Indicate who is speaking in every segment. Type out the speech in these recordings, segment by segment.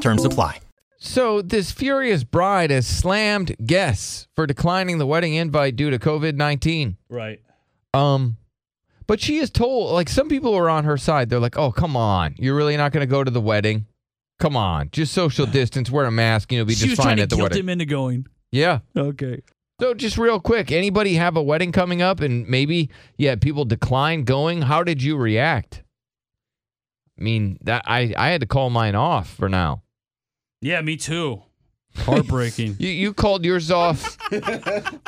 Speaker 1: Terms apply.
Speaker 2: So this furious bride has slammed guests for declining the wedding invite due to COVID nineteen.
Speaker 3: Right.
Speaker 2: Um, but she is told like some people are on her side. They're like, "Oh, come on, you're really not going to go to the wedding? Come on, just social distance, wear a mask, and you'll be
Speaker 3: she was
Speaker 2: just fine
Speaker 3: trying to
Speaker 2: at the
Speaker 3: guilt
Speaker 2: wedding."
Speaker 3: him into going.
Speaker 2: yeah.
Speaker 3: Okay.
Speaker 2: So just real quick, anybody have a wedding coming up, and maybe yeah, people decline going. How did you react? I mean, that I I had to call mine off for now.
Speaker 3: Yeah, me too. Heartbreaking.
Speaker 2: You you called yours off.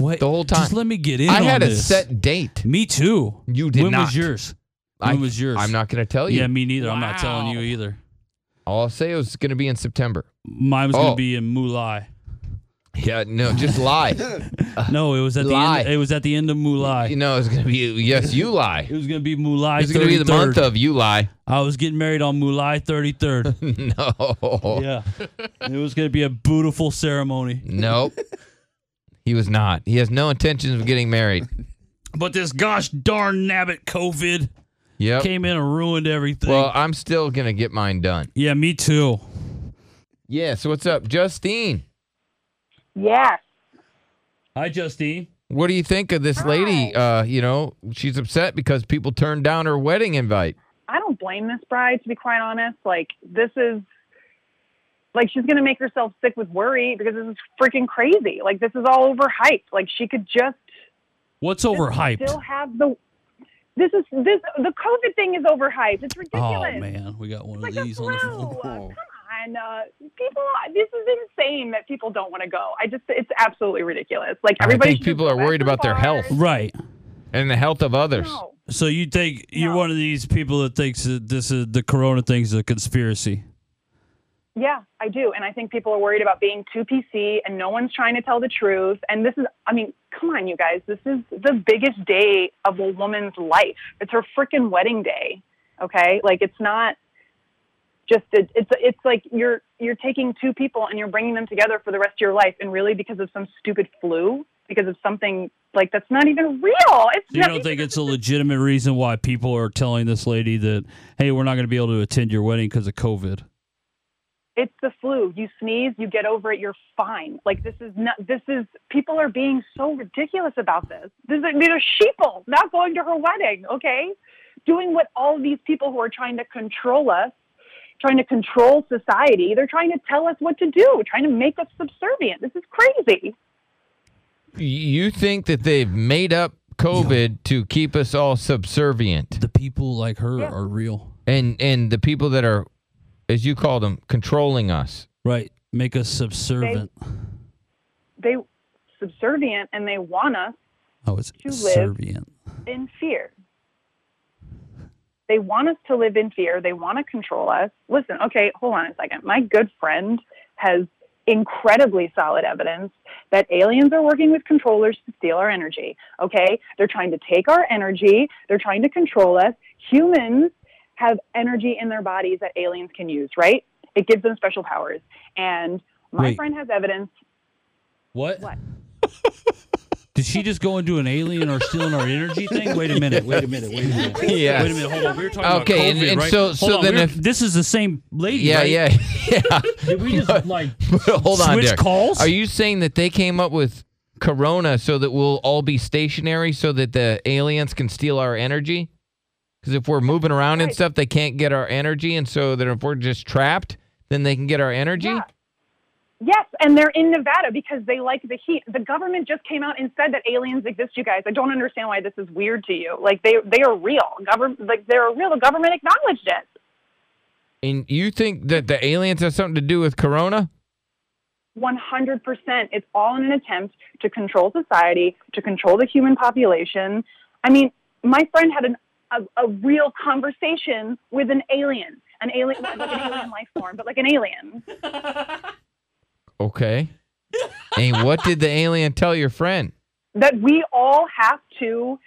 Speaker 3: Wait,
Speaker 2: The whole time.
Speaker 3: Just let me get in.
Speaker 2: I had
Speaker 3: on
Speaker 2: a
Speaker 3: this.
Speaker 2: set date.
Speaker 3: Me too.
Speaker 2: You did
Speaker 3: when
Speaker 2: not.
Speaker 3: was yours?
Speaker 2: I,
Speaker 3: When was yours?
Speaker 2: I'm not going to tell you.
Speaker 3: Yeah, me neither. I'm not telling you
Speaker 2: Wow.
Speaker 3: either.
Speaker 2: All I'll say is it's going to be in September.
Speaker 3: Mine was
Speaker 2: Oh.
Speaker 3: gonna be in Mulai.
Speaker 2: Yeah, no, just lie.
Speaker 3: No, it was at
Speaker 2: Lie.
Speaker 3: the end. It was at the end of Mulai.
Speaker 2: you know, it's going to be, yes, you lie.
Speaker 3: It was gonna be Mulai.
Speaker 2: It's going to be the
Speaker 3: 33rd.
Speaker 2: month of you lie.
Speaker 3: I was getting married on Mulai 33rd.
Speaker 2: no.
Speaker 3: yeah, it was gonna be a beautiful ceremony.
Speaker 2: Nope. He was not. He has no intentions of getting married.
Speaker 3: But this gosh darn nabbit COVID
Speaker 2: Yep.
Speaker 3: came in and ruined everything.
Speaker 2: Well, I'm still going to get mine done.
Speaker 3: yeah, me too.
Speaker 2: Yes. What's up, Justine?
Speaker 4: Yes.
Speaker 3: Hi, Justine.
Speaker 2: What do you think of this lady? Uh, you know, she's upset because people turned down her wedding invite.
Speaker 4: I don't blame this bride, to be quite honest. Like, this is, like, she's going to make herself sick with worry because this is freaking crazy. Like, this is all overhyped. Like, she could just
Speaker 3: What's
Speaker 4: still
Speaker 3: overhyped?
Speaker 4: have the, this is, this, the COVID thing is overhyped. It's
Speaker 3: Oh
Speaker 4: ridiculous.
Speaker 3: man, we got one
Speaker 4: Like
Speaker 3: of
Speaker 4: a
Speaker 3: these on the
Speaker 4: flu.
Speaker 3: phone.
Speaker 4: Come on. Uh, people, this is insane that people don't want to go. I just, it's absolutely ridiculous. Like,
Speaker 2: I
Speaker 4: everybody.
Speaker 2: think
Speaker 4: should just
Speaker 2: people
Speaker 4: go
Speaker 2: are
Speaker 4: back
Speaker 2: worried
Speaker 4: to the
Speaker 2: about their health.
Speaker 4: bars.
Speaker 3: Right.
Speaker 2: And the health of others.
Speaker 4: No.
Speaker 3: So you think you're
Speaker 4: No.
Speaker 3: one of these people that thinks that this is the corona thing's a conspiracy?
Speaker 4: Yeah, I do. And I think people are worried about being too PC and no one's trying to tell the truth. And this is, I mean, come on, you guys. This is the biggest day of a woman's life. It's her freaking wedding day. Okay. Like it's not just, a, it's, it's like you're, you're taking two people and you're bringing them together for the rest of your life. And really because of some stupid flu, because of something like that's not even real. It's
Speaker 3: So you
Speaker 4: not
Speaker 3: don't
Speaker 4: even-
Speaker 3: think it's a legitimate reason why people are telling this lady that, hey, we're not going to be able to attend your wedding because of COVID?
Speaker 4: it's the flu. You sneeze, you get over it, you're fine. Like this is not this is people are being so ridiculous about this. This is these are sheeple not going to her wedding, okay? Doing what all these people who are trying to control us, trying to control society, they're trying to tell us what to do, trying to make us subservient. This is crazy.
Speaker 2: You think that they've made up COVID to keep us all subservient,
Speaker 3: The people like her
Speaker 4: Yeah.
Speaker 3: are real,
Speaker 2: and and the people that are, as you call them, controlling us.
Speaker 3: right? Make us subservient.
Speaker 4: They subservient and they want us
Speaker 3: oh, it's
Speaker 4: live.
Speaker 3: subservient.
Speaker 4: in fear. They want us to live in fear. They want to control us. Listen, okay, hold on a second. My good friend has incredibly solid evidence that aliens are working with controllers to steal our energy. Okay? They're trying to take our energy, they're trying to control us. Humans have energy in their bodies that aliens can use, right? It gives them special powers. And my
Speaker 3: Wait.
Speaker 4: friend has evidence.
Speaker 3: What?
Speaker 4: What?
Speaker 3: Did she just go into an alien or stealing our energy thing? Wait a minute. Wait a minute. Wait a minute.
Speaker 2: Yes.
Speaker 3: Wait a minute. Hold on. We were talking
Speaker 2: Okay,
Speaker 3: about
Speaker 2: and-
Speaker 3: COVID,
Speaker 2: and
Speaker 3: right?
Speaker 2: so-
Speaker 3: Hold
Speaker 2: so
Speaker 3: on,
Speaker 2: then
Speaker 3: we're-
Speaker 2: if-
Speaker 3: this is the same lady,
Speaker 2: Yeah,
Speaker 3: right?
Speaker 2: yeah, yeah.
Speaker 3: Did we just like
Speaker 2: But Hold on,
Speaker 3: switch
Speaker 2: Derek.
Speaker 3: calls?
Speaker 2: Are you saying that they came up with Corona so that we'll all be stationary, so that the aliens can steal our energy? Because if we're moving around and
Speaker 4: Right.
Speaker 2: stuff, they can't get our energy, and so that if we're just trapped, then they can get our energy.
Speaker 4: Yeah. Yes, and they're in Nevada because they like the heat. The government just came out and said that aliens exist, you guys. I don't understand why this is weird to you. Like they they are real. Government like they're real. The government acknowledged it.
Speaker 2: And you think that the aliens have something to do with Corona?
Speaker 4: 100%. It's all in an attempt to control society, to control the human population. I mean, my friend had an, a, a real conversation with an alien. an alien, like an alien life form, but like an alien.
Speaker 2: Okay. and what did the alien tell your friend?
Speaker 4: That we all have to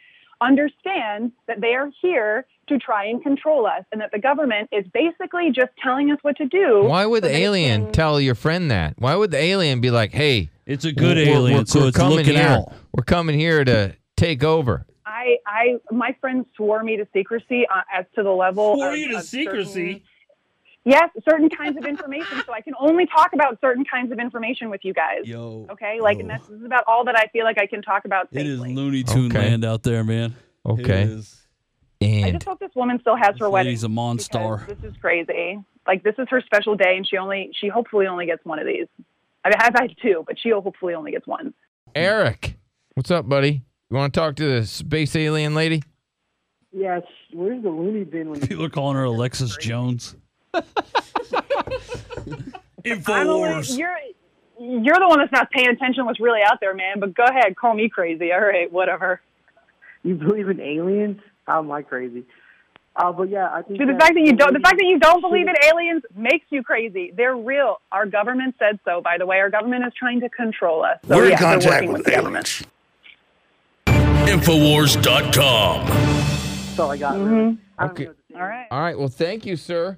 Speaker 4: understand that they are here to try and control us, and that the government is basically just telling us what to do.
Speaker 2: Why would
Speaker 4: so
Speaker 2: the
Speaker 4: they
Speaker 2: alien
Speaker 4: can-
Speaker 2: tell your friend that? Why would the alien be like, "Hey,
Speaker 3: It's a good
Speaker 2: we're- we're-
Speaker 3: alien,
Speaker 2: we're
Speaker 3: so it's
Speaker 2: coming
Speaker 3: looking
Speaker 2: here.
Speaker 3: out.
Speaker 2: We're coming here to take over."
Speaker 4: I, I, my friends swore me to secrecy uh, as to the level.
Speaker 3: Swore
Speaker 4: of-
Speaker 3: you to
Speaker 4: of
Speaker 3: secrecy?
Speaker 4: certain- yes, certain kinds of information. so I can only talk about certain kinds of information with you guys.
Speaker 3: Yo.
Speaker 4: Okay, like, and
Speaker 3: yo.
Speaker 4: that's this is about all that I feel like I can talk about.
Speaker 3: It is
Speaker 4: safely.
Speaker 3: Looney Tune
Speaker 2: Okay.
Speaker 3: land out there, man. It
Speaker 2: Okay.
Speaker 3: is.
Speaker 4: I
Speaker 2: And
Speaker 4: just hope this woman still has
Speaker 3: This
Speaker 4: her wedding.
Speaker 3: lady's a monstar.
Speaker 4: because This is crazy. Like this is her special day, and she only she hopefully only gets one of these. I mean, I've had two, but she hopefully only gets one.
Speaker 2: Eric, what's up, buddy? You want to talk to the space alien lady?
Speaker 5: Yes. Where's the loony bin when
Speaker 3: People are calling her Alexis Jones.
Speaker 4: I'm only, you're you're the one that's not paying attention to what's really out there, man. But go ahead, call me crazy. All right, whatever.
Speaker 5: you believe in aliens? How am I crazy? Uh, but yeah, I think
Speaker 4: Dude, the
Speaker 5: that
Speaker 4: fact that you don't the
Speaker 5: lady-
Speaker 4: fact that you don't believe in aliens makes you crazy. They're real. Our government said so. By the way, our government is trying to control us. So,
Speaker 6: We're in
Speaker 4: yeah, they're
Speaker 6: contact
Speaker 4: working
Speaker 6: with
Speaker 4: the government.
Speaker 6: aliens. Infowars.com.
Speaker 5: That's all I got. I don't
Speaker 2: Okay.
Speaker 5: know what to say.
Speaker 4: All right.
Speaker 2: All right. Well, thank you, sir.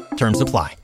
Speaker 1: Terms apply.